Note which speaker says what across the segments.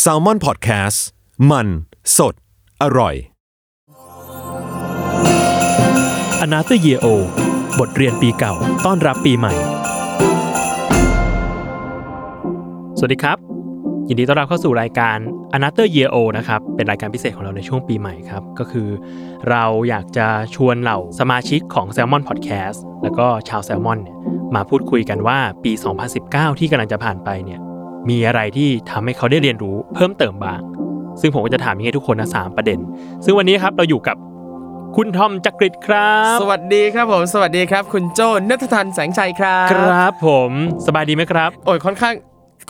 Speaker 1: แซลมอนพอดแคสต์มันสดอร่อย
Speaker 2: อนาเตอร์เยโอบทเรียนปีเก่า ต้อนรับปีใหม่ สวัสดีครับ ยินดีต้อนรับเข้าสู่รายการ a n o t h e r Year O นะครับ เป็นรายการพิเศษของเราในช่วงปีใหม่ครับ ก็คือเราอยากจะชวนเหล่าสมาชิกของ Salmon Podcast แล้วก็ชาว Salmon เนี่ยมาพูดคุยกันว่าปี 2019 ที่กำลังจะผ่านไปเนี่ยมีอะไรที่ทำให้เขาได้เรียนรู้เพิ่มเติมบ้าง ซึ่งผมก็จะถามอยังไงยทุกคนนะสามประเด็น ซึ่งวันนี้ครับเราอยู่กับคุณทอมจักริดครับ
Speaker 3: สวัสดีครับผมสวัสดีครับ คุณโจนัททันแสงชัยครับ
Speaker 2: ครับผมสบายดีไหมครับ
Speaker 3: โอ้ยค่อนข้าง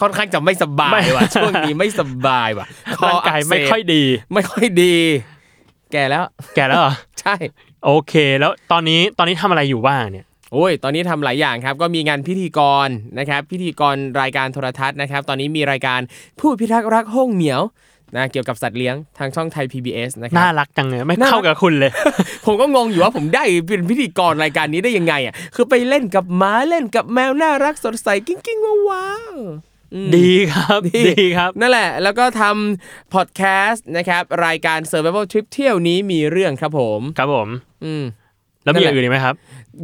Speaker 3: ค่อนข้างจะไม่สบา
Speaker 2: ไม่
Speaker 3: ยว่ะช่วงนี้ไม่สบาย ว่ะคอ
Speaker 2: ร่างกายไม่ค่อย
Speaker 3: กเส
Speaker 2: ดี
Speaker 3: บไม่ค่อยดี แก่แล้ว
Speaker 2: แก่แล้วเหรอ
Speaker 3: ใช่
Speaker 2: โอเค แล้วตอนนี้ตอนนี้ทำอะไรอยู่บ้างเนี่ย
Speaker 3: โอ้ยตอนนี้ทำหลายอย่างครับ ก็มีงานพิธีกรนะครับ พิธีกรรายการโทรทัศน์นะครับ ตอนนี้มีรายการผู้พิทักษ์รักห้องเหนียวนะเกี่ยวกับสัตว์เลี้ยงทางช่องไทย PBS นะครั
Speaker 2: น่า
Speaker 3: บ
Speaker 2: รักจังเลยไม่
Speaker 3: น่ารัก
Speaker 2: เข้ากับคุณเลย
Speaker 3: ผมก็งงอยู่ว่าผมได้เป็นพิธีกรรายการนี้ได้ยังไงอ่ะคือไปเล่นกับหม้าเล่นกับแมวน่ารักสดใสกิ้งกิ้งว้าวว้าวอืม
Speaker 2: ดีครับดีครับ
Speaker 3: นั่นแหละ แล้วก็ทำพอดแคสต์นะครับ รายการ Survival Trip เที่ยวนี้มีเรื่องครับผม
Speaker 2: ครับผม
Speaker 3: อืม
Speaker 2: แล้วมีอ
Speaker 3: นั่นแห
Speaker 2: ย่าง
Speaker 3: ละ
Speaker 2: อื่นอีกไหมครับ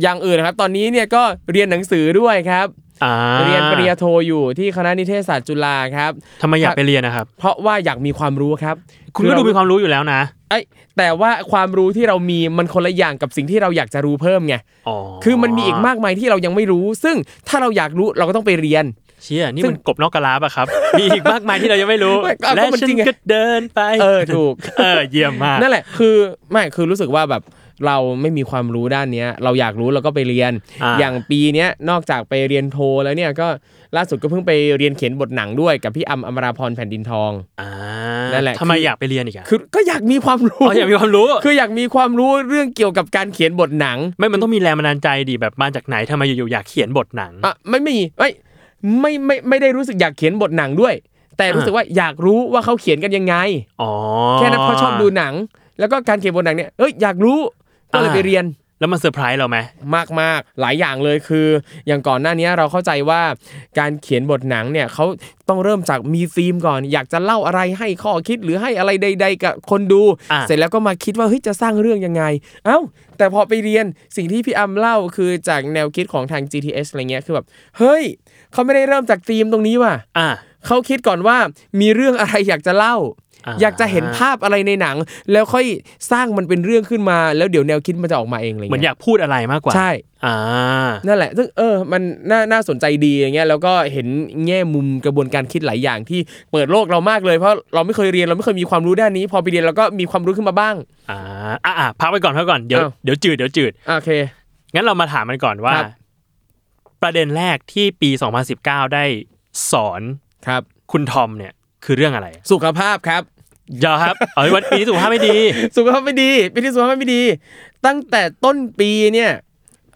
Speaker 3: อย่างอื่นนะครับ ตอนนี้เนี่ยก็เรียนหนังสือด้วยครับ
Speaker 2: อ่า
Speaker 3: เรียนปริญญาโทอยู่ที่คณะนิเทศศาสตร์จุฬาครับ
Speaker 2: ทำไมอยากไปเรียนนะครับ
Speaker 3: เพราะว่าอยากมีความรู้ครับ
Speaker 2: คุณก็ดูมีความรู้อยู่แล้วนะ
Speaker 3: เอ้ยแต่ว่าความรู้ที่เรามีมันคนละอย่างกับสิ่งที่เราอยากจะรู้เพิ่มไง
Speaker 2: อ๋อ
Speaker 3: คือมันมีอีกมากมายที่เรายังไม่รู้ ซึ่งถ้าเราอยากรู้เราก็ต้องไปเรียน
Speaker 2: เชี่ยนี่
Speaker 3: ซึ่
Speaker 2: มั
Speaker 3: ง
Speaker 2: นกบนอกกระลาปะครับ มีอีกมากมายที่เรายังไม่รู้
Speaker 3: ไม่ก็
Speaker 2: และ
Speaker 3: ก็มัน
Speaker 2: ฉัน
Speaker 3: จริงไง
Speaker 2: ก็เดินไป
Speaker 3: เออถูก
Speaker 2: เออเยี่ยมมาก
Speaker 3: นั่นแหละ คือไม่ คือรู้สึกว่าแบบเราไม่มีความรู้ด้านเนี้ย เราอยากรู้เราก็ไปเรียน อย่างปีเนี้ยนอกจากไปเรียนโทแล้วเนี่ยก็ล่าสุดก็เพิ่งไปเรียนเขียนบทหนังด้วยกับพี่อำอมราพรแผ่นดินทอง
Speaker 2: อ่า
Speaker 3: นั่นแหละ
Speaker 2: ทำไม
Speaker 3: คืออ
Speaker 2: อยากไปเรียนอีกอะ
Speaker 3: คือก็อยากมีความรู้
Speaker 2: อ๋ออยากมีความรู้
Speaker 3: คืออยากมีความรู้เรื่องเกี่ยวกับการเขียนบทหนัง
Speaker 2: ไม่มันต้องมีแรงบันดาลใจดิแบบมาจากไหนทำไมอยู่ๆอยากเขียนบทหนัง
Speaker 3: อ่ะไม่มีไม่ไม่ไม่ไม่ได้รู้สึกอยากเขียนบทหนังด้วย แต่รู้สึกว่าอยากรู้ว่าเขาเขียนกันยังไง
Speaker 2: อ๋อ
Speaker 3: แค่นั้นเพราะชอบดูหนัง แล้วก็การเขียนบทหนังเนี่ยเอ้ยอยากรู้ก็เลยไปเรียน
Speaker 2: แล้วมันเซอร์ไพรส์เราไหม
Speaker 3: มากมากๆ หลายอย่างเลยคือ อย่างก่อนหน้านี้เราเข้าใจว่าการเขียนบทหนังเนี่ยเขาต้องเริ่มจากมีธีมก่อน อยากจะเล่าอะไรให้ข้อคิดหรือให้อะไรใด ๆ กับคนดู
Speaker 2: อ่ะ
Speaker 3: เสร็จแล้วก็มาคิดว่าเฮ้ยจะสร้างเรื่องยังไง เอ้า แต่พอไปเรียนสิ่งที่พี่อำเล่าคือจากแนวคิดของทาง GTS อะไรเงี้ยคือแบบเฮ้ยเขาไม่ได้เริ่มจากธีมตรงนี้ว่ะ
Speaker 2: อ่า
Speaker 3: เขาคิดก่อนว่ามีเรื่องอะไรอยากจะเล่า
Speaker 2: อ่า
Speaker 3: อยากจะเห็นภาพอะไรในหนัง แล้วค่อยสร้างมันเป็นเรื่องขึ้นมาแล้วเดี๋ยวแนวคิดมันจะออกมาเองอะไร
Speaker 2: เหมือนอ
Speaker 3: เงี้ย
Speaker 2: ยากพูดอะไรมากกว่า
Speaker 3: ใช่
Speaker 2: อ่า
Speaker 3: นั่นแหละ ซึ่งเออ มันน่าน่าสนใจดีอย่างเงี้ย แล้วก็เห็นแง่มุมกระบวนการคิดหลายอย่างที่เปิดโลกเรามากเลย เพราะเราไม่เคยเรียน เราไม่เคยมีความรู้ด้านนี้ พอไปเรียนเราก็มีความรู้ขึ้นมาบ้าง
Speaker 2: อ่า อ่าอ่าพักไว้ก่อนพักไว้ก่อน เดี๋ยว
Speaker 3: อ้าว
Speaker 2: เดี๋ยวจืด เดี๋ยวจืด
Speaker 3: โอเค
Speaker 2: งั้นเรามาถามมันก่อนว่า
Speaker 3: ครับ
Speaker 2: ประเด็นแรกที่ปี 2019 ได้สอน
Speaker 3: ครับ
Speaker 2: คุณทอมเนี่ย คือเรื่องอะไร
Speaker 3: สุขภาพครับ
Speaker 2: อย่า ครับ เอ้ยวันปีนี้สุขภาพไม่ดี
Speaker 3: สุขภาพไม่ดีปีที่สุขภาพไม่ดี ตั้งแต่ต้นปีเนี่ย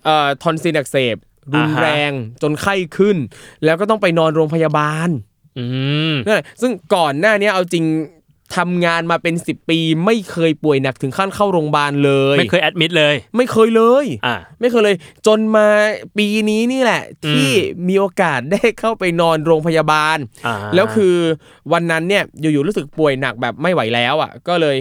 Speaker 3: เอ่อทอนซิลอักเสบ รุนแรงจนไข้ขึ้น แล้วก็ต้องไปนอนโรงพยาบาล
Speaker 2: อืม
Speaker 3: นั่นแหละซึ่งก่อนหน้านี้เอาจริงทำงานมาเป็น 10 ปี ไม่เคยป่วยหนักถึงขั้นเข้าโรงพยาบาลเลย
Speaker 2: ไม่เคยแอดมิดเลย
Speaker 3: ไม่เคยเลย
Speaker 2: อ่า
Speaker 3: ไม่เคยเลยจนมาปีนี้นี่แหละ ที่มีโอกาสได้เข้าไปนอนโรงพยาบาล
Speaker 2: อ่า
Speaker 3: แล้วคือวันนั้นเนี่ยอยู่ๆรู้สึกป่วยหนักแบบไม่ไหวแล้วอ่ะ ก็เลย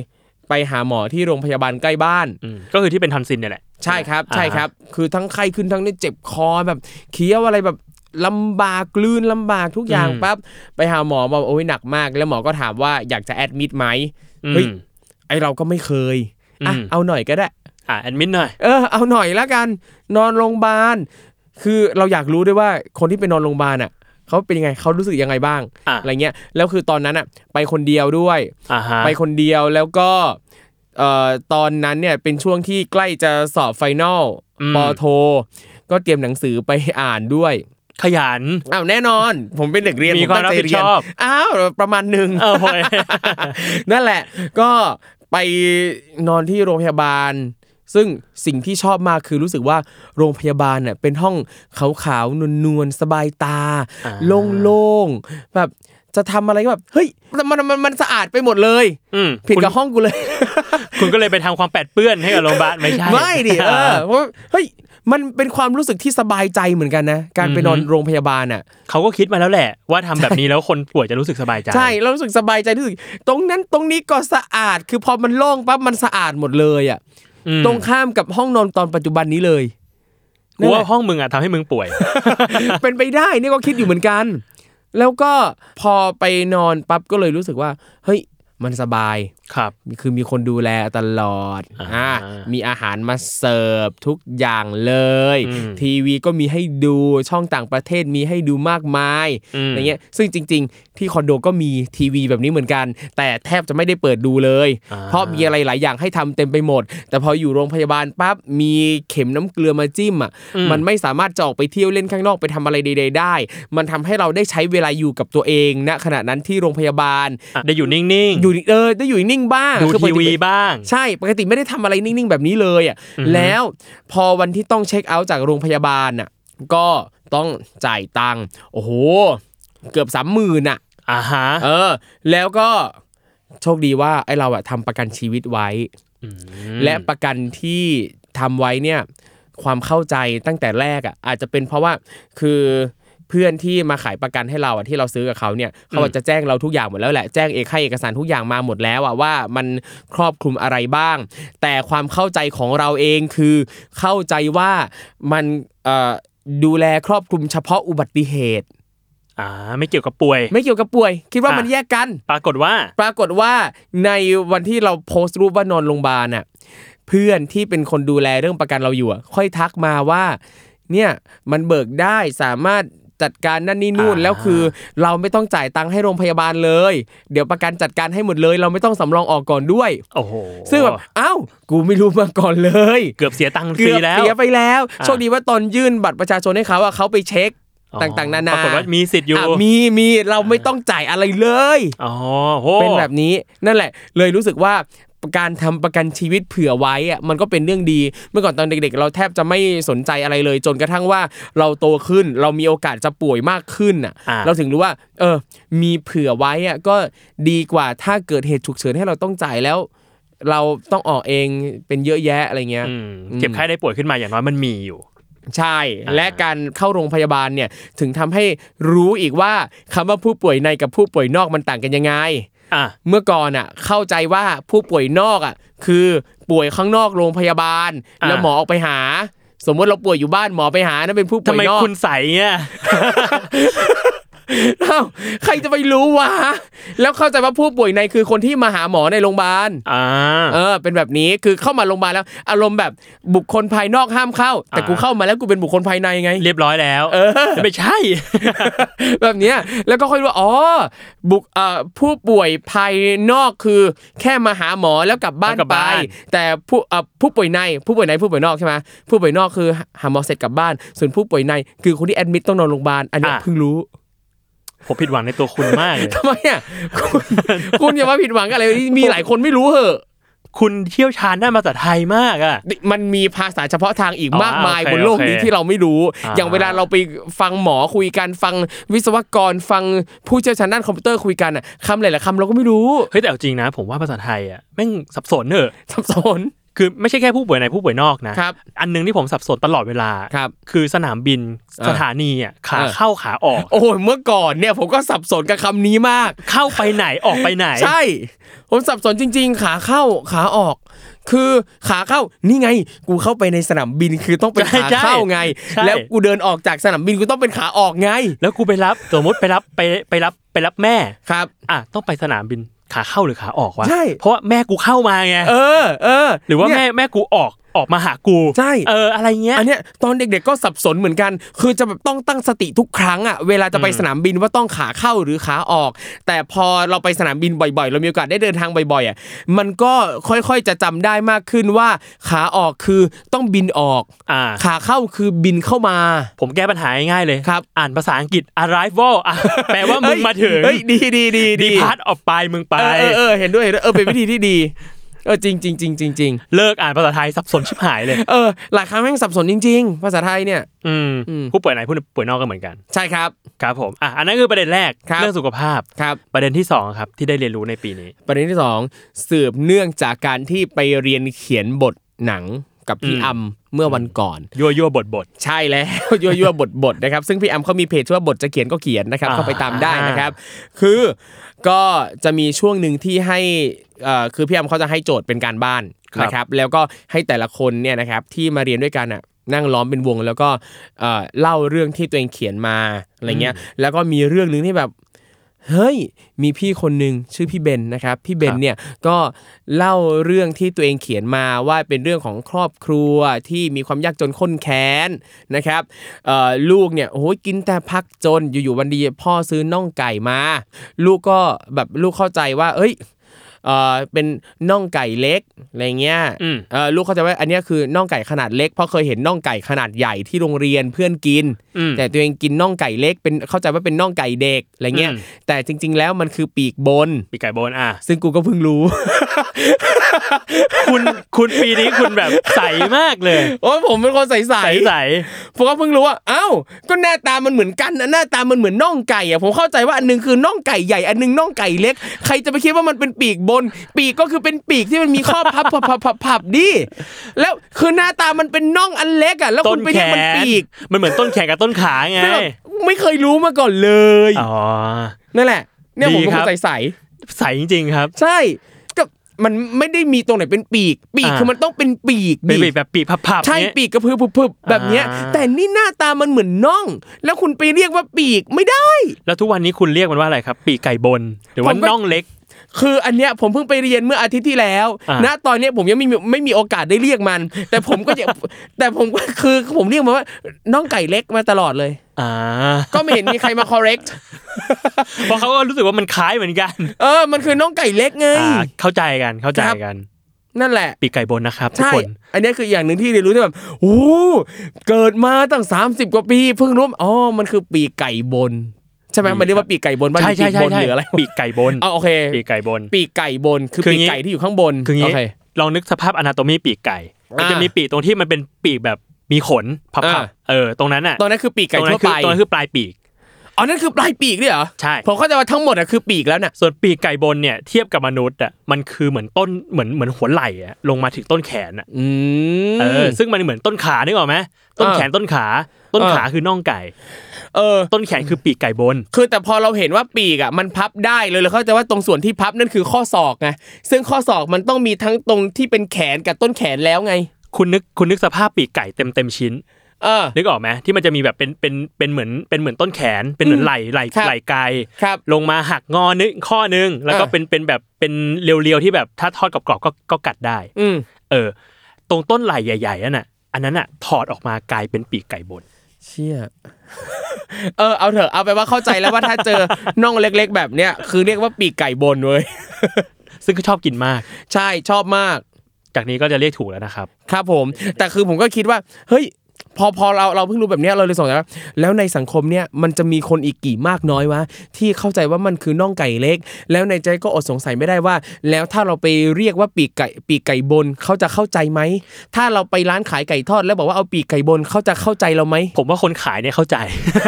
Speaker 3: ไปหาหมอที่โรงพยาบาลใกล้บ้าน
Speaker 2: มก็คือที่เป็นทอนซินเนี่ยแหละ
Speaker 3: ใช่ครับ
Speaker 2: อ่า
Speaker 3: ใช่ครับ คือทั้งไข้ขึ้นทั้งนี่เจ็บคอแบบเคี้ยวอะไรแบบลำบากกลืนลำบากทุกอย่างปั๊บไปหาหมอบอกโอ้ยหนักมาก แล้วหมอก็ถามว่าอยากจะแอดมิดไหม
Speaker 2: อืม
Speaker 3: เฮ้ย ไอเราก็ไม่เคยอ่ะ
Speaker 2: อืม
Speaker 3: เอาหน่อยก็ได้
Speaker 2: อ่าแอดมิดหน่อย
Speaker 3: เออเอาหน่อยละกันนอนโรงพยาบาล คือเราอยากรู้ด้วยว่าคนที่ไปนอนโรงพยาบาลอ่ะเขาเป็นยังไงเขารู้สึกยังไงบ้าง
Speaker 2: อ่ะ
Speaker 3: ไรเงี้ยแล้วคือตอนนั้นอ่ะไปคนเดียวด้วย
Speaker 2: อ่าฮะ
Speaker 3: ไปคนเดียวแล้วก็เอ่อตอนนั้นเนี่ยเป็นช่วงที่ใกล้จะสอบไฟนอล
Speaker 2: อืม
Speaker 3: ปอโท ก็เตรียมหนังสือไปอ่านด้วย
Speaker 2: ขยัน
Speaker 3: อ้าวแน่นอน ผมเป็นเด็กเรียน
Speaker 2: มี
Speaker 3: ผ
Speaker 2: ความ
Speaker 3: ตั้ง
Speaker 2: รับ
Speaker 3: ใจ
Speaker 2: ผิด
Speaker 3: เรี
Speaker 2: ช
Speaker 3: ยน
Speaker 2: อบ
Speaker 3: อ้าวประมาณหนึ่ง
Speaker 2: เออโหย
Speaker 3: นั่นแหละก็ไปนอนที่โรงพยาบาล ซึ่งสิ่งที่ชอบมากคือรู้สึกว่าโรงพยาบาลเน่ะเป็นห้องขาวๆนวลๆสบายตา
Speaker 2: อ่า
Speaker 3: โล่งๆแบบจะทำอะไรก็แบบเฮ้ยมันมันมันสะอาดไปหมดเลย
Speaker 2: อืม
Speaker 3: ผิด
Speaker 2: คุณ
Speaker 3: กับห้องกูเลย
Speaker 2: คุณก็เลยไปทำความแปดเปื้อนให้กับโรงพยาบาลไม่ใช่
Speaker 3: ไม่ดิเออเพราะเฮ้ยมันเป็นความรู้สึกที่สบายใจเหมือนกันนะ การไปนอน
Speaker 2: อือฮึ
Speaker 3: โรงพยาบาลอ่ะ
Speaker 2: เขาก็คิดมาแล้วแหละ ว่าทำแบบนี้แล้วคนป่วยจะรู้สึกสบายใจ
Speaker 3: ใช่เรารู้สึกสบายใจรู้สึก ตรงนั้นตรงนี้ก็สะอาดคือพอมันโล่งปั๊บมันสะอาดหมดเลยอ่ะ
Speaker 2: อืม
Speaker 3: ตรงข้ามกับห้องนอนตอนปัจจุบันนี้เลย
Speaker 2: กูว่าห้องมึงอ่ะทำให้มึงป่วย
Speaker 3: เป็นไปได้เนี่ยก็คิดอยู่เหมือนกัน แล้วก็พอไปนอนปั๊บก็เลยรู้สึกว่า เฮ้ย มันสบาย
Speaker 2: ครับ
Speaker 3: คือมีคนดูแลตลอด
Speaker 2: อ่า
Speaker 3: อ่ามีอาหารมาเสิร์ฟทุกอย่างเลย
Speaker 2: อืม
Speaker 3: ทีวีก็มีให้ดูช่องต่างประเทศมีให้ดูมากมาย
Speaker 2: ม
Speaker 3: อย่างเงี้ยซึ่งจริง ๆ ที่คอนโดก็มีทีวีแบบนี้เหมือนกัน แต่แทบจะไม่ได้เปิดดูเลย
Speaker 2: า
Speaker 3: เพราะมีอะไรหลายอย่างให้ทำเต็มไปหมด แต่พออยู่โรงพยาบาลปั๊บมีเข็มน้ำเกลือมาจิ้มอ่ะ
Speaker 2: อืม
Speaker 3: มันไม่สามารถจะออกไปเที่ยวเล่นข้างนอกไปทำอะไรใดๆได้ มันทำให้เราได้ใช้เวลาอยู่กับตัวเองณขณะนั้นที่โรงพยาบาล
Speaker 2: อ่ะได้อยู่นิ่งๆ
Speaker 3: อยู่เออได้อยู่นิ่งๆบ้าง
Speaker 2: ดู
Speaker 3: คือป
Speaker 2: ที
Speaker 3: ก
Speaker 2: วี
Speaker 3: ติ
Speaker 2: บ้าง
Speaker 3: ใช่ ปกติไม่ได้ทำอะไรนิ่ง ๆ แบบนี้เลยอ่ะ
Speaker 2: อือฮึ
Speaker 3: แล้วพอวันที่ต้องเช็คเอาท์จากโรงพยาบาลน่ะ ก็ต้องจ่ายตังค์ โอ้โห เกือบสามหมื่นอ่ะ
Speaker 2: อ่าฮะ
Speaker 3: เออ แล้วก็โชคดีว่าไอเราอ่ะทำประกันชีวิตไว้
Speaker 2: ม
Speaker 3: และประกันที่ทำไว้เนี่ย ความเข้าใจตั้งแต่แรกอ่ะ อาจจะเป็นเพราะว่า คือเพื่อนที่มาขายประกันให้เราอ่ะที่เราซื้อกับเขาเนี่ยเขาอาจจะแจ้งเราทุกอย่างหมดแล้วแหละแจ้งเอกให้เอกสารทุกอย่างมาหมดแล้วอ่ะว่ามันครอบคลุมอะไรบ้าง แต่ความเข้าใจของเราเองคือเข้าใจว่ามันเอ่อดูแลครอบคลุมเฉพาะอุบัติเหตุ
Speaker 2: อ่าไม่เกี่ยวกับป่วย
Speaker 3: ไม่เกี่ยวกับป่วย คิดว่า
Speaker 2: อ่ะ
Speaker 3: มันแยกกัน
Speaker 2: ปรากฏว่า
Speaker 3: ปรากฏว่าในวันที่เราโพสต์รูปว่านอนโรงพยาบาลน่ะเพื่อนที่เป็นคนดูแลเรื่องประกันเราอยู่อะค่อยทักมาว่า เนี่ยมันเบิกได้สามารถจัดการนั่นนี่นู่น
Speaker 2: อ่า
Speaker 3: แล้วคือ เราไม่ต้องจ่ายตังค์ให้โรงพยาบาลเลย เดี๋ยวประกันจัดการให้หมดเลย เราไม่ต้องสำรองออกก่อนด้วย
Speaker 2: โอ้โห
Speaker 3: ซึ่งแบบเอ้ากูไม่รู้มาก่อนเลย
Speaker 2: เกือบเสียตังค์ฟ
Speaker 3: เกื
Speaker 2: รี
Speaker 3: อบ
Speaker 2: แล้ว
Speaker 3: เสียไปแล้ว
Speaker 2: อ่า
Speaker 3: โชคดีว่าตอนยื่นบัตรประชาชนให้เขาอะเขาไปเช็ค
Speaker 2: อ๋อ
Speaker 3: ต่างๆนานา
Speaker 2: ปรากฏว่ามีสิทธิ์อยู่
Speaker 3: อ่ะมีมีเราไม่ต้องจ่ายอะไรเลย
Speaker 2: อ๋อโห
Speaker 3: เป็นแบบนี้นั่นแหละ เลยรู้สึกว่าการทำประกันชีวิตเผื่อไว้อะมันก็เป็นเรื่องดี เมื่อก่อนตอนเด็กๆ เราแทบจะไม่สนใจอะไรเลย จนกระทั่งว่าเราโตขึ้น เรามีโอกาสจะป่วยมากขึ้นอ่ะ
Speaker 2: อ่า
Speaker 3: เราถึงรู้ว่า เออ มีเผื่อไว้อ่ะก็ดีกว่าถ้าเกิดเหตุฉุกเฉินให้เราต้องจ่ายแล้ว เราต้องออกเองเป็นเยอะแยะอะไรเงี้ย
Speaker 2: อืมเจ็บไข้ได้ป่วยขึ้นมาอย่างน้อยมันมีอยู่
Speaker 3: ใช่
Speaker 2: อ่า
Speaker 3: และการเข้าโรงพยาบาลเนี่ยถึงทำให้รู้อีกว่าคำว่าผู้ป่วยในกับผู้ป่วยนอกมันต่างกันยังไง
Speaker 2: อ่ะ
Speaker 3: เมื่อก่อนอ่ะเข้าใจว่าผู้ป่วยนอกอ่ะคือป่วยข้างนอกโรงพยาบาล
Speaker 2: อ่า
Speaker 3: แล้วหมอออกไปหา สมมติเราป่วยอยู่บ้านหมอไปหานั่นเป็นผู้
Speaker 2: ทำ
Speaker 3: ป่วย
Speaker 2: ไม
Speaker 3: นอก
Speaker 2: คุณใสเนี่ย
Speaker 3: อ้าวใครจะไปรู้วะแล้วเข้าใจว่าผู้ป่วยในคือคนที่มาหาหมอในโรงพยาบาล
Speaker 2: อ่า
Speaker 3: เออเป็นแบบนี้คือเข้ามาโรงพยาบาลแล้ว อารมณ์แบบบุคคลภายนอกห้ามเข้า แต่
Speaker 2: อ่ากู
Speaker 3: กูเข้ามาแล้วกูเป็นบุคคลภายในไง
Speaker 2: เรียบร้อยแล้ว
Speaker 3: เออ
Speaker 2: ไม่ใช่
Speaker 3: แบบเนี้ยแล้วก็ค่อยรู้ว่าอ๋อบุคเอ่อผู้ป่วยภายนอกคือแค่มาหาหมอแล้วกลับบ้าน
Speaker 2: แล้วกลับ
Speaker 3: ไป
Speaker 2: บ้าน
Speaker 3: แต่ผู้เอ่อผู้ป่วยในผู้ป่วยในผู้ป่วยนอกใช่ไหมผู้ป่วยนอกคือหาหมอเสร็จกลับบ้าน ส่วนผู้ป่วยในคือคนที่แอดมิดต้องนอนโรงพยาบาลอันเนี้ย
Speaker 2: อ่ะ
Speaker 3: เพิ่งรู้
Speaker 2: ผมผิดหวังในตัวคุณมากเลย
Speaker 3: ทำไมอ่ะคุณคุณอย่ามาผิดหวังกับอะไรมีหลายคนไม่รู้เหอะ
Speaker 2: คุณเที่ยวชาญด้านภาษาไทยมากอ่ะ
Speaker 3: มันมีภาษาเฉพาะทางอีก
Speaker 2: อ๋อ
Speaker 3: มากมาย
Speaker 2: โอเค
Speaker 3: บนโลกนี้
Speaker 2: โอเค
Speaker 3: ที่เราไม่รู้
Speaker 2: อ่า
Speaker 3: อย่างเวลาเราไปฟังหมอคุยกันฟังวิศวกรฟังผู้เชี่ยวชาญด้านคอมพิวเตอร์คุยกันอ่ะคำหลายๆคำเราก็ไม่รู้
Speaker 2: เฮ้ยแต่เอาจริงนะ ผมว่าภาษาไทยอ่ะแม่งสับสนเนอะ
Speaker 3: สับสน
Speaker 2: คือไม่ใช่แค่ผู้ป่วยในผู้ป่วยนอกนะครับ อันหนึงที่ผมสับสนตลอดเวลา
Speaker 3: ครับ
Speaker 2: คือสนามบิน
Speaker 3: อ่า
Speaker 2: สถานีอ่ะขา
Speaker 3: อ่า
Speaker 2: เข้าขาออก
Speaker 3: โอ้ยเมื่อก่อนเนี่ยผมก็สับสนกับคำนี้มาก
Speaker 2: เข้าไปไหนออกไปไหน
Speaker 3: ใช่ ผมสับสนจริง ๆ ขาเข้าขาออก คือขาเข้านี่ไง กูเข้าไปในสนามบินคือต้องเป็น
Speaker 2: ใช่
Speaker 3: ขาเข้าไง
Speaker 2: ใช่
Speaker 3: แล้วกูเดินออกจากสนามบินกูต้องเป็นขาออกไง
Speaker 2: แล้วกูไปรับสมมติไปรับไปไปรับไปรับแม่
Speaker 3: ครับ
Speaker 2: อ่ะต้องไปสนามบินขาเข้าหรือขาออกวะ
Speaker 3: ใช่
Speaker 2: เพราะว่าแม่กูเข้ามาไง
Speaker 3: เออเออ
Speaker 2: หรือว่า
Speaker 3: เนี่ย
Speaker 2: แม่แม่กูออก ออกมาหากู
Speaker 3: ใช่
Speaker 2: เอออะไรเงี้ย
Speaker 3: อันเนี้ยตอนเด็กๆก็สับสนเหมือนกัน คือจะแบบต้องตั้งสติทุกครั้งอ่ะเวลาจะไปสนามบินว่าต้องขาเข้าหรือขาออก แต่พอเราไปสนามบินบ่อยๆ เรามีโอกาสได้เดินทางบ่อยๆอ่ะมันก็ค่อยๆจะจำได้มากขึ้นว่าขาออกคือต้องบินออก
Speaker 2: อ่า
Speaker 3: ขาเข้าคือบินเข้ามา
Speaker 2: ผมแก้ปัญหาง่ายๆเลย
Speaker 3: ครับ
Speaker 2: อ่านภาษาอังกฤษ arrival อ่ะ แปลว่ามึงมาถึง
Speaker 3: เฮ้ยดีดีดี
Speaker 2: ดีพาร์ตออกไปมึงไป
Speaker 3: เออเออเออเห็นด้วยเห็นด้วยเออเป็นวิธีที่ดีเออจริงจริงจริงจริงจริง
Speaker 2: เลิกอ่านภาษาไทยสับสนชิบหายเลย
Speaker 3: เออหลายครั้งแม่งสับสนจริง ๆ ภาษาไทยเนี่ย
Speaker 2: อืม
Speaker 3: อืม
Speaker 2: ผู้ป่วยไหนผู้ป่วยนอกก็เหมือนกัน
Speaker 3: ใช่ครับ
Speaker 2: ครับผมอ่ะอันนั้นคือประเด็นแรก
Speaker 3: ครับ
Speaker 2: เรื่องสุขภาพ
Speaker 3: ครับ
Speaker 2: ประเด็นที่สองครับที่ได้เรียนรู้ในปีนี้
Speaker 3: ประเด็นที่สองสืบเนื่องจากการที่ไปเรียนเขียนบทหนังกับพี่
Speaker 2: อืม
Speaker 3: อำเมื่อวันก่อน
Speaker 2: ยั่วยั่วบทบท
Speaker 3: ใช่แล้ว ยั่วยั่วบทบทนะครับ ซึ่งพี่อำเขามีเพจชื่อว่าบทจะเขียนก็เขียนนะครับ
Speaker 2: อ่า
Speaker 3: เข้าไปตามได้นะครับ คือก็จะมีช่วงหนึ่งที่ให้เอ่อคือพี่อำเขาจะให้โจทย์เป็นการบ้านนะครับ แล้วก็ให้แต่ละคนเนี่ยนะครับที่มาเรียนด้วยกันอ่ะนั่งล้อมเป็นวง แล้วก็เอ่อเล่าเรื่องที่ตัวเองเขียนมาอะไรเงี้ย แล้วก็มีเรื่องหนึ่งที่แบบ เฮ้ย มีพี่คนหนึ่งชื่อพี่เบนนะครับ พี่เบนเนี่ยก็เล่าเรื่องที่ตัวเองเขียนมาว่าเป็นเรื่องของครอบครัวที่มีความยากจนข้นแค้นนะครับเอ่อลูกเนี่ยโอ้โหกินแต่พักจนอยู่ๆวันดีพ่อซื้อน่องไก่มา ลูกก็แบบลูกเข้าใจว่า เอ้ยเออเป็นน่องไก่เล็กอะไรเงี้ย
Speaker 2: อืม
Speaker 3: เอ่อลูกเข้าใจว่าอันเนี้ยคือน่องไก่ขนาดเล็กเพราะเคยเห็นน่องไก่ขนาดใหญ่ที่โรงเรียนเพื่อนกิน
Speaker 2: อืม
Speaker 3: แต่ตัวเองกินน่องไก่เล็กเป็นเข้าใจว่าเป็นน่องไก่เด็กอะไรเงี้ย
Speaker 2: อืม
Speaker 3: แต่จริง ๆ แล้วมันคือปีกบน
Speaker 2: ปีกไก่โบน อ่ะ
Speaker 3: ซึ่งกูก็เพิ่งรู้
Speaker 2: คุณคุณปีนี้คุณแบบ ใสมากเลย
Speaker 3: โอ้ยผมเป็นคนใส
Speaker 2: ใสใส
Speaker 3: ๆผมก็เพิ่งรู้ว่าเอ้าก็หน้าตามันเหมือนกันนะหน้าตามันเหมือนน่องไก่อะผมเข้าใจว่าอันหนึงคือน่องไก่ใหญ่อันหนึงน่องไก่เล็ก ใครจะไปคิดว่ามันเป็นปีกบน ปีกก็คือเป็นปีกที่มันมีข้อพับพับพับพับพับดิแล้วคือหน้าตามันเป็นน่องอันเล็กอะแล้ว
Speaker 2: ต้
Speaker 3: คุ
Speaker 2: น
Speaker 3: ณไป
Speaker 2: แข
Speaker 3: เรียกมัน
Speaker 2: น
Speaker 3: ปีก
Speaker 2: มันเหมือนต้นแขนกับต้นขาไง
Speaker 3: ไม่แบบไม่เคยรู้มาก่อนเลย
Speaker 2: อ๋อ
Speaker 3: นั่นแหละ เนี่ยผมเป็น
Speaker 2: ดีค
Speaker 3: ค
Speaker 2: รั
Speaker 3: น
Speaker 2: บ
Speaker 3: ใสๆ
Speaker 2: ใสจริงๆครับ
Speaker 3: ใช่ก็มันไม่ได้มีตรงไหนเป็นปีก ปีก
Speaker 2: อ่า
Speaker 3: คือมันต้องเป็นปีก
Speaker 2: เป็น
Speaker 3: ดิ
Speaker 2: ปีกแบบปีกพับๆ
Speaker 3: ใช่
Speaker 2: เนี่ย
Speaker 3: ปีกกระพือพึบๆแบบเนี้ย
Speaker 2: อ่า
Speaker 3: แต่นี่หน้าตามันเหมือนน่อง แล้วคุณไปเรียกว่าปีกไม่ได้
Speaker 2: แล้วทุกวันนี้คุณเรียกมันว่าอะไรครับ ปีกไก่บน หรือว่า
Speaker 3: ผมก็
Speaker 2: น่องเล็ก
Speaker 3: คืออันเนี้ยผมเพิ่งไปเรียนเมื่ออาทิตย์ที่แล้ว
Speaker 2: อ่า
Speaker 3: นะตอนเนี้ยผมยังไม่มีไม่มีโอกาสได้เรียกมัน แต่ผมก็จะ แต่ผมก็คือผมเรียกมันว่าน้องไก่เล็กมาตลอดเลย
Speaker 2: อ่า
Speaker 3: ก็ไม่เห็นมีใครมา correct
Speaker 2: เพราะเขาก็รู้สึกว่ามันคล้ายเหมือนกัน
Speaker 3: เออมันคือน้องไก่เล็กไง
Speaker 2: อ่าเข้าใจกันเข้าใจกัน
Speaker 3: นั่นแหละ
Speaker 2: ปีกไก่บนนะครับทุก
Speaker 3: ใช่
Speaker 2: คน
Speaker 3: อันเนี้ยคืออย่างหนึ่งที่เรียนรู้ที่แบบโอ้โหเกิดมาตั้ง 30 กว่าปี เพิ่งรู้ว่าอ๋อ มันคือปีกไก่บน ใช่ไหม
Speaker 2: ปีก
Speaker 3: มันเรียกว่าปีกไก่บนบ้าน
Speaker 2: ใช่
Speaker 3: ปี
Speaker 2: ใช่
Speaker 3: ก
Speaker 2: ใช่
Speaker 3: บน
Speaker 2: ใช่
Speaker 3: หรืออะไร
Speaker 2: ปีกไก่บน
Speaker 3: อ๋อโอเค
Speaker 2: ปีกไก่บน
Speaker 3: ปีกไก่บนคือ
Speaker 2: คือ
Speaker 3: ปี
Speaker 2: งี้
Speaker 3: กไก่ที่อยู่ข้างบน
Speaker 2: คืองี้
Speaker 3: โเ
Speaker 2: ลองนึกสภาพอนาโตมีปีกไก่ มันจะ
Speaker 3: อ่ามี
Speaker 2: มีปีกตรงที่มันเป็นปีกแบบมีขนพั
Speaker 3: อ่า
Speaker 2: บๆเออตรงนั้นอ่ะ
Speaker 3: ตอนนั้นคือปีกไก่
Speaker 2: ตรงนั้
Speaker 3: ท
Speaker 2: คือ
Speaker 3: ั่วนไป
Speaker 2: ตรงนั้นคือปลายปีก
Speaker 3: อ๋อนั่นคือปลายปีกด้วยเหรอ
Speaker 2: ใช่
Speaker 3: ผมเข้าใจว่าทั้งหมดอะคือปีกแล้วน่ะ
Speaker 2: ส่วนปีกไก่บนเนี่ยเทียบกับมนุษย์อ่ะมันคือเหมือนต้นเหมือนเหมือนหัวไหล่อะลงมาถึงต้นแขนอ่ะ
Speaker 3: อืม
Speaker 2: เออซึ่งมันเหมือนต้นขานึกออกไหมต้น
Speaker 3: อ่า
Speaker 2: แขนต้นขา ต้น
Speaker 3: อ่า
Speaker 2: ขาคือน่องไก่
Speaker 3: เออ
Speaker 2: ต้นแขนคือปีกไก่บน
Speaker 3: คือแต่พอเราเห็นว่าปีกอ่ะมันพับได้เลยเราเข้าใจว่าตรงส่วนที่พับนั่นคือข้อศอกไงซึ่งข้อศอกมันต้องมีทั้งตรงที่เป็นแขนกับต้นแขนแล้วไง
Speaker 2: คุณนึกคุณนึกสภาพปีกไก่เต็มเต็มชิ้น
Speaker 3: เออ
Speaker 2: นึกออกไหมที่มันจะมีแบบเป็นเป็นเป็นเหมือนเป็นเหมือนต้นแขน เป็นเหมือนไหล่ไหล่
Speaker 3: ครับ
Speaker 2: ไหล่ไกล
Speaker 3: ครับ
Speaker 2: ลงมาหักงอนึงข้อนึง แล้วก็
Speaker 3: อ่า
Speaker 2: เป็นเป็นแบบเป็นเรียวๆที่แบบถ้าทอดกรอบๆก็ก็กัดได้
Speaker 3: อืม
Speaker 2: เออ ตรงต้นไหล่ใหญ่ๆนั่นน่ะอันนั้นน่ะถอดออกมากลายเป็นปีกไก่บน
Speaker 3: เชี่ย เออเอาเถอะเอาไปนว่าเข้าใจแล้วว่าถ้าเจอ น่องเล็ก ๆ แบบเนี้ยคือเรียกว่าปีกไก่บนเว้ย
Speaker 2: ซึ่งก็ชอบกินมาก
Speaker 3: ใช่ชอบมาก
Speaker 2: จากนี้ก็จะเรียกถูกแล้วนะครับ
Speaker 3: ครับผม แต่คือผมก็คิดว่า เฮ้ย พอพอเราเราเพิ่งรู้แบบเนี้ยเราเลยสงสัยว่าแล้วในสังคมเนี่ยมันจะมีคนอีกกี่มากน้อยวะที่เข้าใจว่ามันคือน่องไก่เล็ก แล้วในใจก็อดสงสัยไม่ได้ว่า แล้วถ้าเราไปเรียกว่าปีกไก่ปีกไก่บนเขาจะเข้าใจไหมถ้าเราไปร้านขายไก่ทอด แล้วบอกว่าเอาปีกไก่บนเขาจะเข้าใจเราไหม
Speaker 2: ผมว่าคนขายเนี่ยเข้าใจ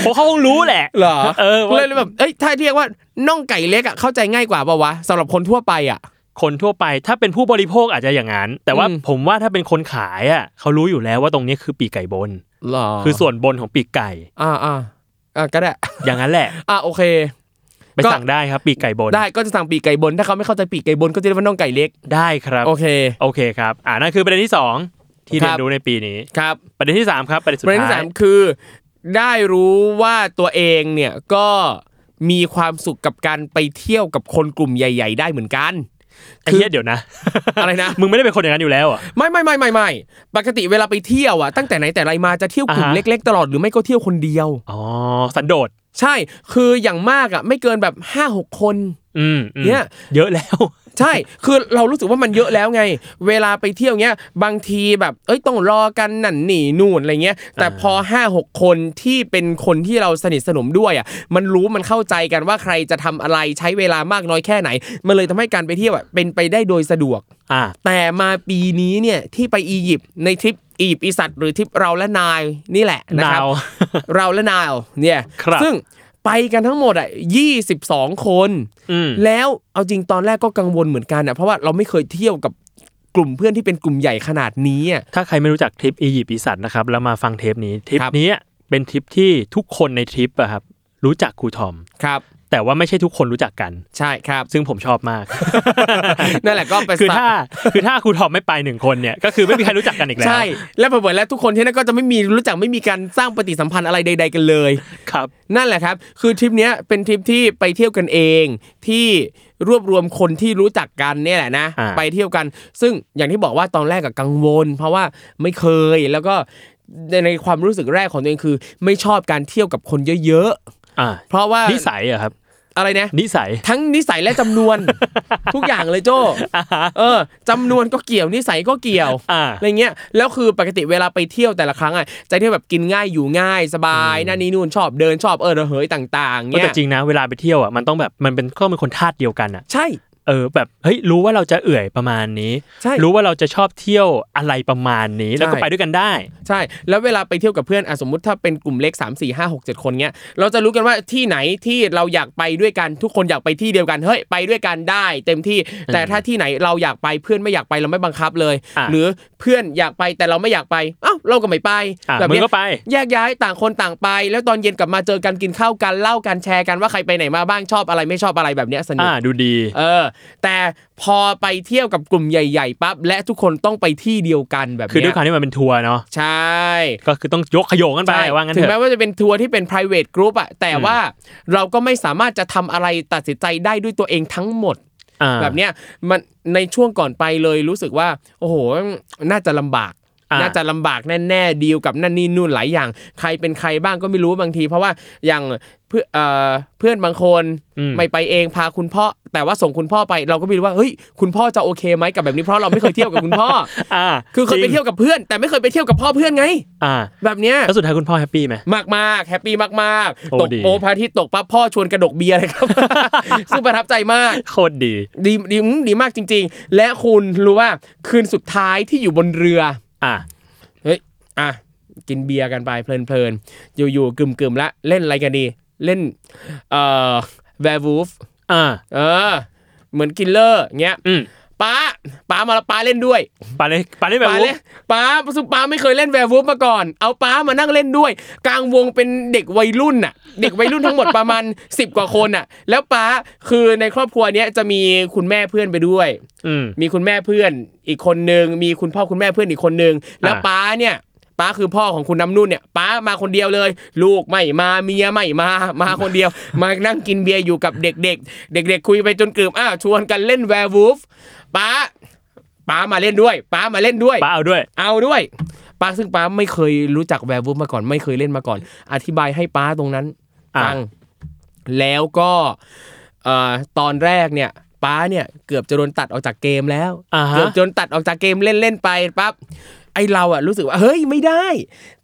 Speaker 2: เพราะเขาคงรู้แหละ
Speaker 3: เหรอ
Speaker 2: เออว่า
Speaker 3: เลยแบบเอ้ยถ้าเรียกว่าน่องไก่เล็กอ่ะเข้าใจง่ายกว่าปะวะสำหรับคนทั่วไปอ่ะ
Speaker 2: คนทั่วไปถ้าเป็นผู้บริโภคอาจจะอย่างนั้น แต่ว่า
Speaker 3: อืม
Speaker 2: ผมว่าถ้าเป็นคนขายอ่ะเขารู้อยู่แล้วว่าตรงนี้คือปีกไก่บน
Speaker 3: หรอ
Speaker 2: คือส่วนบนของปีกไก่
Speaker 3: อ่าอ่าอ่าก็ได้
Speaker 2: อย่างนั้นแหละ
Speaker 3: อ่าโอเค
Speaker 2: ไป
Speaker 3: ก็
Speaker 2: สั่งได้ครับปีกไก่บน
Speaker 3: ได้ก็จะสั่งปีกไก่บน ถ้าเขาไม่เข้าใจปีกไก่บนก็จะเรียกว่าน่องไก่เล็ก
Speaker 2: ได้ครับ
Speaker 3: โอเค
Speaker 2: โอเคครับ อ่านั่นคือประเด็นที่สองที่
Speaker 3: ครั
Speaker 2: เรีย
Speaker 3: บ
Speaker 2: นรู้ในปีนี้
Speaker 3: ครับ
Speaker 2: ประเด็นที่สามครับประเด็นสุด
Speaker 3: ประเด็นที่
Speaker 2: ท้า
Speaker 3: สาย มคือ ได้รู้ว่าตัวเอง เนี่ยก็มีความสุขกับการไปเที่ยวกับคนกลุ่มใหญ่ ๆ ได้เหมือนกัน
Speaker 2: ไอ้เหี้ยเดี๋ยวนะ
Speaker 3: อะไรนะ
Speaker 2: มึงไม่ได้เป็นคนอย่างนั้นอยู่แล้วอ่ะ
Speaker 3: ไม่ไม่ไม่ไม่ไม่ปกติเวลาไปเที่ยวอ่ะตั้งแต่ไหนแต่ไรมาจะเที่ยวกลุ่ม
Speaker 2: อ่าฮะ
Speaker 3: เล็ก ๆ ตลอดหรือไม่ก็เที่ยวคนเดียว
Speaker 2: อ๋อสันโดษ
Speaker 3: ใช่ คืออย่างมากอ่ะไม่เกินแบบห้าหกคน
Speaker 2: อืมอืม
Speaker 3: เนี่ย
Speaker 2: เยอะแล้ว
Speaker 3: ใช่ คือเรารู้สึกว่ามันเยอะแล้วไง เวลาไปเที่ยวเงี้ย บางทีแบบ เอ้ย ต้องรอกันนั่นนี่นู่นอะไรเงี้ย แต่พอ5้าหกคนที่เป็นคนที่เราสนิทสนมด้วยอ่ะ มันรู้มันเข้าใจกันว่าใครจะทำอะไรใช้เวลามากน้อยแค่ไหน มันเลยทำให้การไปเที่ยวอ่ะเป็นไปได้โดยสะดวก
Speaker 2: อ่า
Speaker 3: แต่มาปีนี้เนี่ยที่ไปอียิปต์ในทริปอียิปต์อีสัตว์หรือทริปเราและนายนี่แหละนะครับ
Speaker 2: นาว
Speaker 3: เราและนายเนี่ย
Speaker 2: ครับ
Speaker 3: ซึ่งไปกันทั้งหมดอ่ะ22 คน
Speaker 2: อืม
Speaker 3: แล้วเอาจริงตอนแรกก็กังวลเหมือนกันอ่ะเพราะว่าเราไม่เคยเที่ยวกับกลุ่มเพื่อนที่เป็นกลุ่มใหญ่ขนาดนี้อ่ะ
Speaker 2: ถ้าใครไม่รู้จักทริปอียิปต์อีสัตว์นะครับแล้วมาฟังเทปนี้ทริป
Speaker 3: ครับ
Speaker 2: นี้เป็นทริปที่ทุกคนในทริปอะครับ รู้จักครูทอม
Speaker 3: ครับ
Speaker 2: แต่ว่าไม่ใช่ทุกคนรู้จักกัน
Speaker 3: ใช่ครับ
Speaker 2: ซึ่งผมชอบมาก
Speaker 3: นั่นแหละก็เป็น
Speaker 2: คือถ้าคือถ้าครูทอมไม่ไปหนึ่งคนเนี่ย ก็คือไม่มีใครรู้จักกันอีกแล้ว
Speaker 3: ใช่ และเผลอๆแล้วทุกคนที่นั่นก็จะไม่มีรู้จักไม่มีการสร้างปฏิสัมพันธ์อะไรใด ๆ กันเลย
Speaker 2: ครับ
Speaker 3: นั่นแหละครับ คือทริปเนี้ยเป็นทริปที่ไปเที่ยวกันเองที่รวบรวมคนที่รู้จักกันเนี่ยแหละนะ
Speaker 2: อ่า
Speaker 3: ไปเที่ยวกัน ซึ่งอย่างที่บอกว่าตอนแรกกับกังวล เพราะว่าไม่เคยแล้วก็ในในความรู้สึกแรกของตัวเองคือ ไม่ชอบการเที่ยวกับคนเยอะ
Speaker 2: อ่า
Speaker 3: ๆ เพราะว่า
Speaker 2: นิสัยเหรอะครับ
Speaker 3: อะไรนะ
Speaker 2: นิสัย
Speaker 3: ทั้งนิสัยและจำน วน ทุกอย่างเลยโจ้เออจำนวนก็เกี่ยวนิสัยก็เกี่ยว
Speaker 2: อ่า
Speaker 3: อะไรเงี้ยแล้วคือปกติเวลาไปเที่ยวแต่ละครั้งอ่ะจะเที่ยวแบบกินง่ายอยู่ง่ายสบายนั่นนี่นู่นชอบเดินชอบเออระเหยต่าง
Speaker 2: ก็
Speaker 3: ๆเงี้
Speaker 2: แต่
Speaker 3: ย
Speaker 2: จริงนะเวลาไปเที่ยวอ่ะมันต้องแบบมันเป็นก็เป็นคนธาตุเดียวกันอ่ะ
Speaker 3: ใช่
Speaker 2: เออแบบเฮ้ยรู้ว่าเราจะเอื่อยประมาณนี้
Speaker 3: ใช่
Speaker 2: รู้ว่าเราจะชอบเที่ยวอะไรประมาณนี้ แล้วก็
Speaker 3: ใช่
Speaker 2: ไปด้วยกันได้
Speaker 3: ใช่ แล้วเวลาไปเที่ยวกับเพื่อนอ่ะสมมติถ้าเป็นกลุ่มเล็ก 3 4 5 6 7 คนเงี้ยเราจะรู้กันว่าที่ไหนที่เราอยากไปด้วยกันทุกคนอยากไปที่เดียวกันเฮ้ยไปด้วยกันได้ เต็มที่ แต่ถ้าที่ไหนเราอยากไปเพื่อนไม่อยากไปเราไม่บังคับเลย
Speaker 2: อ่ะ
Speaker 3: หรือเพื่อนอยากไปแต่เราไม่อยากไปเอ้าเราก็ไม่ไป
Speaker 2: อ่ะ
Speaker 3: แบบ
Speaker 2: มึง
Speaker 3: เนี้ย
Speaker 2: ก็ไป
Speaker 3: แยกย้ายต่างคนต่างไป แล้วตอนเย็นกลับมาเจอกันกินข้าวกันเล่ากันแชร์กันว่าใครไปไหนมาบ้างชอบอะไรไม่ชอบอะไรแบบเนี้ยสนุก
Speaker 2: อ่าดูดี
Speaker 3: เออ แต่พอไปเที่ยวกับกลุ่มใหญ่ๆปั๊บและทุกคนต้องไปที่เดียวกันแบบ
Speaker 2: คือด้ว
Speaker 3: เนี้
Speaker 2: ย
Speaker 3: ย
Speaker 2: ความที่มันเป็นทัวร์เนาะ
Speaker 3: ใช่
Speaker 2: ก็คือต้องยกขยงกันไป
Speaker 3: ใช่
Speaker 2: ว่างั้น
Speaker 3: ถึ
Speaker 2: เถ
Speaker 3: งแม้
Speaker 2: อะ
Speaker 3: ว่าจะเป็นทัวร์ที่เป็น private group อะแต่ว่าเราก็ไม่สามารถจะทำอะไรตัดสินใจได้ด้วยตัวเองทั้งหมด
Speaker 2: อ่า
Speaker 3: แบบเนี้ยมันในช่วงก่อนไปเลยรู้สึกว่า โอ้โห น่าจะลำบาก
Speaker 2: อ่า
Speaker 3: น่าจะลำบากแน่ๆดีลกับนั่นนี่นู่นหลายอย่าง ใครเป็นใครบ้างก็ไม่รู้บางที เพราะว่าอย่างเพื่อเอ่อเพื่อนบางคน
Speaker 2: อืม
Speaker 3: ไม่ไปเองพาคุณพ่อ แต่ว่าส่งคุณพ่อไปเราก็ไม่รู้ว่าเฮ้ยคุณพ่อจะโอเคไหมกับแบบนี้เพราะเราไม่เคยเที่ยวกับคุณ พ่อ
Speaker 2: อ่า
Speaker 3: คือเคยไปเที่ยวกับเพื่อน แต่ไม่เคยไปเที่ยวกับพ่อเพื่อนไง
Speaker 2: อ่า
Speaker 3: แบบเนี้ย
Speaker 2: แล้วสุดท้ายคุณพ่อแฮปปี้ไหม
Speaker 3: มากมากแฮปปี้มาก
Speaker 2: โอ้
Speaker 3: ๆตก
Speaker 2: ดี
Speaker 3: โอพระอาที่ตกปั๊บพ่อชวนกระดกเบียร์เลยครับ ซึ่งประทับใจมาก
Speaker 2: โคตรดี
Speaker 3: ดีดีอืมดีมากจริง ๆ และคุณรู้ว่าคืนสุดท้ายที่อยู่บนเรือ
Speaker 2: อ่า
Speaker 3: เฮ้ย อ่ะ กินเบียร์กันไปเพลินๆ อยู่ๆกึ่มๆละเล่นอะไรกันดี เล่น เอ่อแวร์วูฟ
Speaker 2: อ่า
Speaker 3: เออ เหมือนกินเลอร์เงี้ย
Speaker 2: อืม
Speaker 3: ป้าป้ามาแล้วป้าเล่นด้วย
Speaker 2: ไปเลยไปเลยแบบ
Speaker 3: ป้า
Speaker 2: วุ้
Speaker 3: เล่นป้าประสบป้าไม่เคยเล่นแวร์วูฟมาก่อน เอาป้ามานั่งเล่นด้วย กลางวงเป็นเด็กวัยรุ่นน่ะ เด็กวัยรุ่นทั้งหมดประมาณ 10 กว่าคนน่ะ แล้วป้าคือในครอบครัวเนี้ยจะมีคุณแม่เพื่อนไปด้วย
Speaker 2: อืม
Speaker 3: มีคุณแม่เพื่อนอีกคนนึงมีคุณพ่อคุณแม่เพื่อนอีกคนนึงแล้ว
Speaker 2: อ่า
Speaker 3: ป้าเนี่ยป้าคือพ่อของคุณน้ำนุ่นเนี่ยป้ามาคนเดียวเลย ลูกไม่มาเมียไม่มามาคนเดียว มานั่งกินเบียร์อยู่กับเด็ก ๆ เด็ก ๆ คุยไปจนกลืมอ้าวชวนกันเล่นแวร์วูฟป้าป้ามาเล่นด้วยป้ามาเล่นด้วย
Speaker 2: ป้าเอาด้วย
Speaker 3: เอาด้วยป้าซึ่งป้าไม่เคยรู้จักแวร์วูฟมาก่อนไม่เคยเล่นมาก่อน อธิบายให้ป้าตรงนั้น
Speaker 2: อ่ะ
Speaker 3: ฟังแล้วก็เอ่อตอนแรกเนี่ยป้าเนี่ยเกือบจะโดนตัดออกจากเกมแล้ว
Speaker 2: อ่าฮะ
Speaker 3: เกือบจนตัดออกจากเกมเล่นเล่นๆไปปั๊บไอเราอะรู้สึกว่าเฮ้ยไม่ได้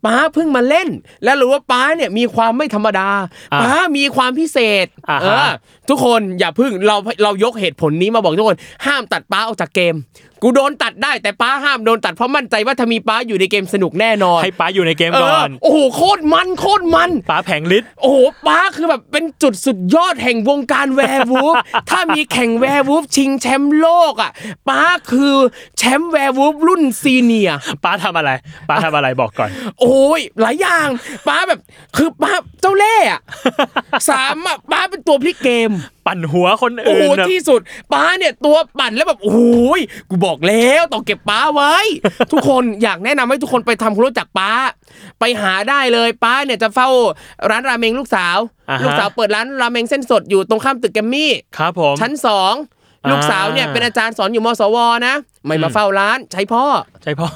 Speaker 3: ป้าเพิ่งมาเล่น แล้วรู้ว่าป้าเนี่ยมีความไม่ธรรมดา
Speaker 2: อ่ะ
Speaker 3: ป้ามีความพิเศษ
Speaker 2: อ่าฮะ
Speaker 3: เออทุกคนอย่าเพิ่งเราเรายกเหตุผลนี้มาบอกทุกคนห้ามตัดป้าออกจากเกม กูโดนตัดได้แต่ป้าห้ามโดนตัดเพราะมั่นใจว่าถ้ามีป้าอยู่ในเกมสนุกแน่นอน
Speaker 2: ให้ป้าอยู่ในเกม
Speaker 3: เอ
Speaker 2: ก่อ
Speaker 3: อน โอ้โหโคตรมันโคตรมัน
Speaker 2: ป้าแผงฤทธิ์
Speaker 3: โอ้โหป้าคือแบบเป็นจุดสุดยอดแห่งวงการแวร์วูฟ ถ้ามีแข่งแวร์วูฟชิงแชมป์โลกอ่ะป้าคือแชมป์แวร์วูฟรุ่นซีเนียร์
Speaker 2: ป้าทำอะไร ป้าทำอะไรบอกก่อน
Speaker 3: โอ้ยหลายอย่างป้าแบบคือป้าเจ้าเล่ห์อะ สามอะป้าเป็นตัวพลิกเกม
Speaker 2: ปั่นหัวคน
Speaker 3: โอ้
Speaker 2: อื่
Speaker 3: โห
Speaker 2: นอะ
Speaker 3: ที่สุดป้าเนี่ยตัวปั่นแล้วแบบโอ้ยกูบอกแล้วต้องเก็บป้าไว้ ทุกคนอยากแนะนำให้ทุกคนไปทำความรู้จักป้า ไปหาได้เลยป้าเนี่ยจะเฝ้าร้านราเมงลูกสาว
Speaker 2: อ่ฮะ
Speaker 3: ลูกสาวเปิดร้านราเมงเส้นสดอยู่ตรงข้ามตึกแกรมมี่
Speaker 2: ครับผม
Speaker 3: ชั้นสอง
Speaker 2: อ่า
Speaker 3: ลูกสาวเนี่ยเป็นอาจารย์สอนอยู่มสวนะ ไม่มาเฝ้าร้านใช้พ่อ
Speaker 2: ใช่พ่อ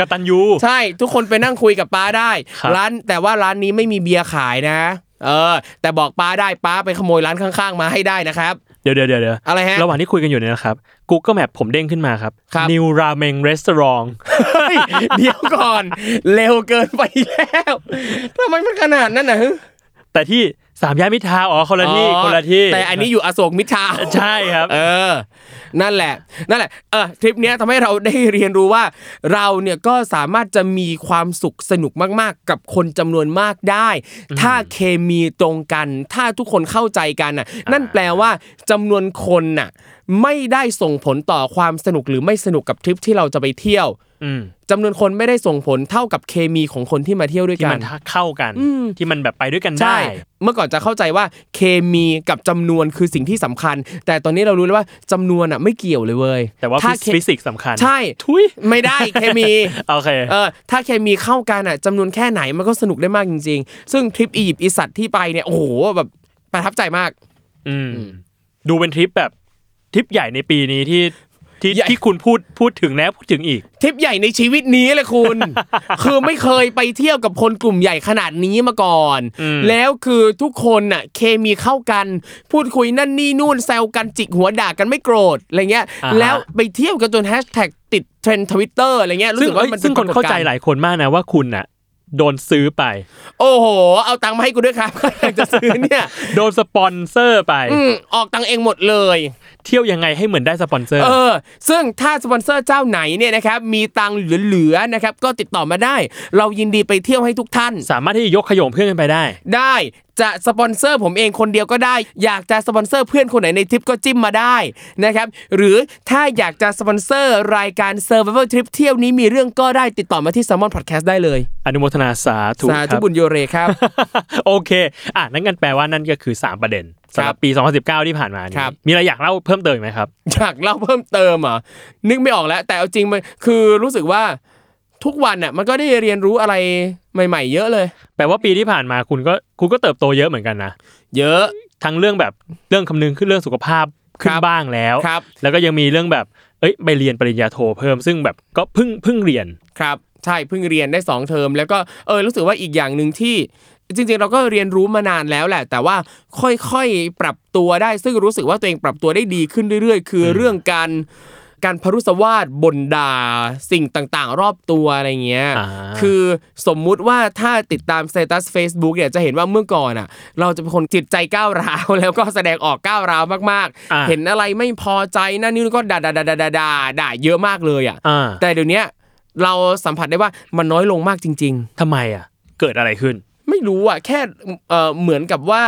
Speaker 2: กตันยู
Speaker 3: ใช่ทุกคนไปนั่งคุยกับป้าได้
Speaker 2: ครับ
Speaker 3: ร้านแต่ว่าร้านนี้ไม่มีเบียร์ขายนะ เออ แต่บอกป้าได้ป้าไปขโมยร้านข้างๆ มาให้ได้นะครับ
Speaker 2: เดี๋ยวเดี๋ยวเดี๋ยวเดี๋ยว
Speaker 3: อะไรฮะ
Speaker 2: ระหว่างที่คุยกันอยู่เนี่ยนะครับ Google Map ผมเด้งขึ้นมาครับ
Speaker 3: ครับ
Speaker 2: New Ramen Restaurant
Speaker 3: เดี๋ยวก่อน เร็วเกินไปแล้วทำไมมันขนาดนั้นนะ
Speaker 2: แต่ที่สามย่านมิตรทาวน์อ๋อคนละที่
Speaker 3: อ๋อ
Speaker 2: คนละที่
Speaker 3: แต่อันนี้อยู่อโศกมิตรทาวน์
Speaker 2: ใช่ครับ
Speaker 3: เออ นั่นแหละ นั่นแหละ เออ ทริปเนี้ยทำให้เราได้เรียนรู้ว่า เราเนี่ยก็สามารถจะมีความสุขสนุกมาก ๆ กับคนจำนวนมากได้ ถ้าเคมีตรงกัน ถ้าทุกคนเข้าใจกันน่ะ นั่นแปลว่าจำนวนคนน่ะ ไม่ได้ส่งผลต่อความสนุกหรือไม่สนุกกับทริปที่เราจะไปเที่ยว
Speaker 2: อืม
Speaker 3: จำนวนคนไม่ได้ส่งผลเท่ากับเคมีของคนที่มาเที่ยวด้วย
Speaker 2: ที่
Speaker 3: กั
Speaker 2: มัน นเข้ากันที่มันแบบไปด้วยกัน
Speaker 3: ใช่
Speaker 2: ได้
Speaker 3: เมื่อก่อนจะเข้าใจว่าเคมีกับจำนวนคือสิ่งที่สำคัญ แต่ตอนนี้เรารู้แล้วว่าจำนวนอ่ะไม่เกี่ยวเลยเว้ย
Speaker 2: แต่ว่า
Speaker 3: ถ้าเค
Speaker 2: ฟิสิกส์สำคัญ
Speaker 3: ใช่
Speaker 2: ทุย
Speaker 3: ไม่ได้เคมี
Speaker 2: โอเค
Speaker 3: เออถ้าเคมีเข้ากันอ่ะจำนวนแค่ไหนมันก็สนุกได้มากจริง ๆ ซึ่งทริปอียิปต์อีสัตว์ที่ไปเนี่ยโอ้โหแบบประทับใจมาก
Speaker 2: อืมดูเป็นทริปแบบทริปใหญ่ในปีนี้ที่ที่
Speaker 3: ใหญ่
Speaker 2: ที่คุณพูดพูดถึงแล้วพูดถึงอีก
Speaker 3: ทริปใหญ่ในชีวิตนี้เลยคุณ คือไม่เคยไปเที่ยวกับคนกลุ่มใหญ่ขนาดนี้มาก่อน
Speaker 2: อืม
Speaker 3: แล้วคือทุกคนน่ะเคมีเข้ากัน พูดคุยนั่นนี่นู่นแซวกันจิกหัวด่ากันไม่โกรธอะไรเงี้ย แล้วไปเที่ยวกันจนแฮชแท็กติดเทรนด์ทวิตเตอร์อะไรเงี้ยรู้
Speaker 2: ซึ่ง
Speaker 3: สึกว่ามัน
Speaker 2: ซึ่ง
Speaker 3: ป็
Speaker 2: คนเข้าใจ
Speaker 3: ปรากฏกรณ์
Speaker 2: หลายคนมากนะว่าคุณน่ะ โดนซื้อไป
Speaker 3: โอ้โห เอาตังค์มาให้กูด้วยครับ อยากจะซื้อ เนี่ย
Speaker 2: โดนสปอนเซอร์ไป
Speaker 3: อืมออกตังค์เองหมดเลย
Speaker 2: เที่ยวยังไงให้เหมือนได้สปอนเซอร์
Speaker 3: เออ ซึ่งถ้าสปอนเซอร์เจ้าไหนเนี่ยนะครับ มีตังค์เหลือๆนะครับ ก็ติดต่อมาได้ เรายินดีไปเที่ยวให้ทุกท่าน
Speaker 2: สามารถที่จะยกขยงเพื่อนกันไปได้
Speaker 3: ได้ จะสปอนเซอร์ผมเองคนเดียวก็ได้ อยากจะสปอนเซอร์เพื่อนคนไหนในทริปก็จิ้มมาได้นะครับ หรือถ้าอยากจะสปอนเซอร์รายการ Survival Trip เที่ยวนี้มีเรื่องก็ได้ติดต่อมาที่ Salmon Podcast ได้เลย
Speaker 2: อนุโมทนาสาธุ
Speaker 3: สา
Speaker 2: ค
Speaker 3: ธุ
Speaker 2: รับ
Speaker 3: บุญโยเรครับ
Speaker 2: โอเค อ่ะนั่นกันแปลว่านั่นก็คือ 3 ประเด็นสำหรับปี 2019 ที่ผ่านมานี้
Speaker 3: ครับ
Speaker 2: มีอะไรอยากเล่าเพิ่มเติมอีกไหมครับ
Speaker 3: อยากเล่าเพิ่มเติมเหรอ่ะนึกไม่ออกแล้ว แต่เอาจริงมันคือรู้สึกว่าทุกวันน่ะมันก็ได้เรียนรู้อะไรใหม่ ๆ เยอะเลย
Speaker 2: แปลว่าปีที่ผ่านมาคุณก็คุณก็เติบโตเยอะเหมือนกันนะ
Speaker 3: เยอะ
Speaker 2: ทั้งเรื่องแบบเรื่องคำนึงขึ้นเรื่องสุขภาพขึ้
Speaker 3: คนรับ
Speaker 2: บ้างแล้ว
Speaker 3: ครับ
Speaker 2: แล้วก็ยังมีเรื่องแบบ เอ้ยไปเรียนปริญญาโทเพิ่มซึ่งแบบก็เพิ่งเพิ่งเรียน
Speaker 3: ครับ ใช่เพิ่งเรียนได้ 2 เทอม แล้วก็เออรู้สึกว่าอีกอย่างหนึ่งที่ จริงๆ เราก็เรียนรู้มานานแล้วแหละ แต่ว่าค่อยๆปรับตัวได้ ซึ่งรู้สึกว่าตัวเองปรับตัวได้ดีขึ้นเรื่อยๆ คือเรื่องการการพรุษวาดบนดาสิ่งต่างๆ รอบตัวอะไรเงี้ย
Speaker 2: อ่า
Speaker 3: คือสมมุติว่าถ้าติดตามสเตตัส Facebook เนี่ยจะเห็นว่าเมื่อก่อนอ่ะ เราจะเป็นคนจิตใจก้าวร้าว แล้วก็แสดงออกก้าวร้าวมาก
Speaker 2: อ่า
Speaker 3: ๆ เห็นอะไรไม่พอใจนั่นนี่ก็ด่าด่าด่าด่าด่าด่าด่าเยอะมากเลยอ่ะ
Speaker 2: อ่า
Speaker 3: แต่เดี๋ยวเนี้ยเราสัมผัสได้ว่ามันน้อยลงมากจริง
Speaker 2: ทำไมอ่ะ เกิดอะไรขึ้น
Speaker 3: ๆ ไม่รู้อ่ะแค่เอ่อเหมือนกับว่า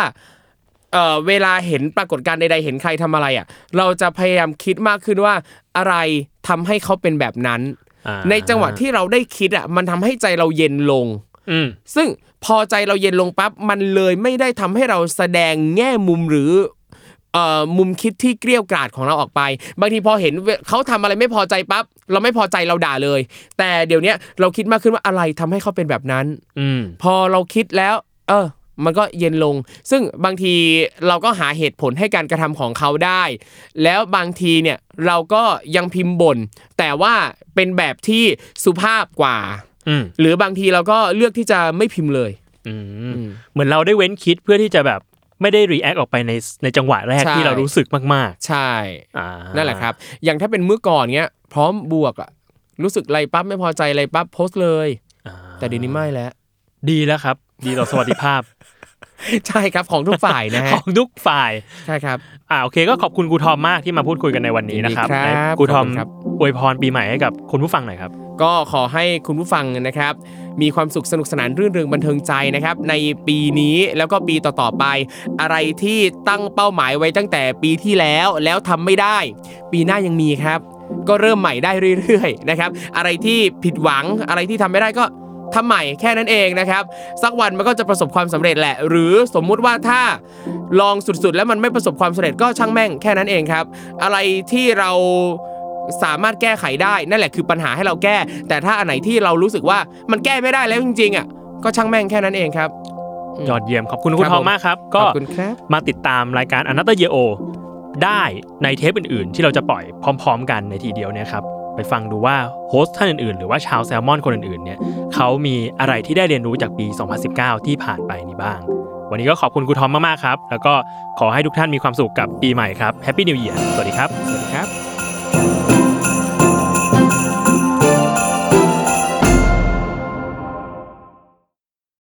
Speaker 3: เอ่อเวลาเห็นปรากฏการณ์ใดๆเห็นใครทำอะไรอ่ะ เราจะพยายามคิดมากขึ้นว่าอะไรทำให้เขาเป็นแบบนั้น
Speaker 2: อ่า
Speaker 3: ในจังหวะที่เราได้คิดอ่ะมันทำให้ใจเราเย็นลง
Speaker 2: อืม
Speaker 3: ซึ่งพอใจเราเย็นลงปั๊บมันเลยไม่ได้ทำให้เราแสดงแง่มุมหรือเอ่อมุมคิดที่เกลี้ยวกราดของเราออกไป บางทีพอเห็นเวเขาทำอะไรไม่พอใจปั๊บเราไม่พอใจเราด่าเลย แต่เดี๋ยวเนี้ยเราคิดมากขึ้นว่าอะไรทำให้เขาเป็นแบบนั้น
Speaker 2: อืม
Speaker 3: พอเราคิดแล้ว เออ มันก็เย็นลง ซึ่งบางทีเราก็หาเหตุผลให้การกระทำของเขาได้ แล้วบางทีเนี่ยเราก็ยังพิมพ์บ่นแต่ว่าเป็นแบบที่สุภาพกว่า
Speaker 2: อืม
Speaker 3: หรือบางทีเราก็เลือกที่จะไม่พิมพ์เลย
Speaker 2: อืมเหมือนเราได้เว้นคิดเพื่อที่จะแบบไม่ได้รีแอคออกไปในในจังหวะแรก
Speaker 3: ใช่
Speaker 2: ที่เรารู้สึกมาก
Speaker 3: ใช่
Speaker 2: ๆอ่านั่
Speaker 3: นั่นแหละครับ อย่างถ้าเป็นเมื่อก่อนเงี้ย พร้อมบวกอะรู้สึกอะไรปั๊บไม่พอใจอะไรปั๊บโพสต์เลย
Speaker 2: อ่า
Speaker 3: แต่เดี๋ยวนี้ไม่แล้ว
Speaker 2: ดีแล้วครับ ดีต่อสวัสดิภาพ
Speaker 3: ใช่ครับของทุกฝ่ายนะ
Speaker 2: ข
Speaker 3: ฮะ
Speaker 2: องทุกฝ่าย
Speaker 3: ใช่ครับ
Speaker 2: อ่าโอเคก็ขอบคุณครูทอมมากที่มาพูดคุยกันในวันนี้นะครับ
Speaker 3: ยินดีครับ
Speaker 2: ให้ครูทอม
Speaker 3: ขอบคุณครับ
Speaker 2: อวยพรปีใหม่ให้กับคุณผู้ฟังหน่อยครับ
Speaker 3: ก็ขอให้คุณผู้ฟังนะครับ มีความสุขสนุกสนานรื่นเริงบันเทิงใจนะครับ ในปีนี้แล้วก็ปีต่อๆไป อะไรที่ตั้งเป้าหมายไว้ตั้งแต่ปีที่แล้วแล้วทำไม่ได้ ปีหน้ายังมีครับ ก็เริ่มใหม่ได้เรื่อยๆนะครับอะไรที่ผิดหวังอะไรที่ทำไม่ได้ก็ทำใหม่แค่นั้นเองนะครับ สักวันมันก็จะประสบความสำเร็จแหละ หรือสมมุติว่าถ้าลองสุดๆ แล้วมันไม่ประสบความสำเร็จก็ช่างแม่งแค่นั้นเองครับ อะไรที่เราสามารถแก้ไขได้นั่นแหละคือปัญหาให้เราแก้ แต่ถ้าอันไหนที่เรารู้สึกว่ามันแก้ไม่ได้แล้วจริงๆอ่ะก็ช่างแม่งแค่นั้นเองครับ
Speaker 2: ยอดเยี่ยมขอบคุณครู
Speaker 3: ครับ
Speaker 2: ทอม
Speaker 3: ผม
Speaker 2: มากครับ
Speaker 3: ข
Speaker 2: ก็
Speaker 3: อบคุณครับ
Speaker 2: มาติดตามรายการอนาเตอร์เยโอ ได้ในเทปอื่นๆ ที่เราจะปล่อยพร้อม ๆ กันในทีเดียวเนี่ยครับไปฟังดูว่าโฮสต์ท่านอื่นๆ หรือว่าชาวแซลมอนคนอื่นๆเนี่ยเขามีอะไรที่ได้เรียนรู้จากปี 2019 ที่ผ่านไปนี้บ้าง วันนี้ก็ขอบคุณครูทอมมากๆครับ แล้วก็ขอให้ทุกท่านมีความสุขกับปีใหม่ครับแฮปปี้นิว e a ีสวัสดีครับ
Speaker 3: สวัสดีครับ
Speaker 4: ส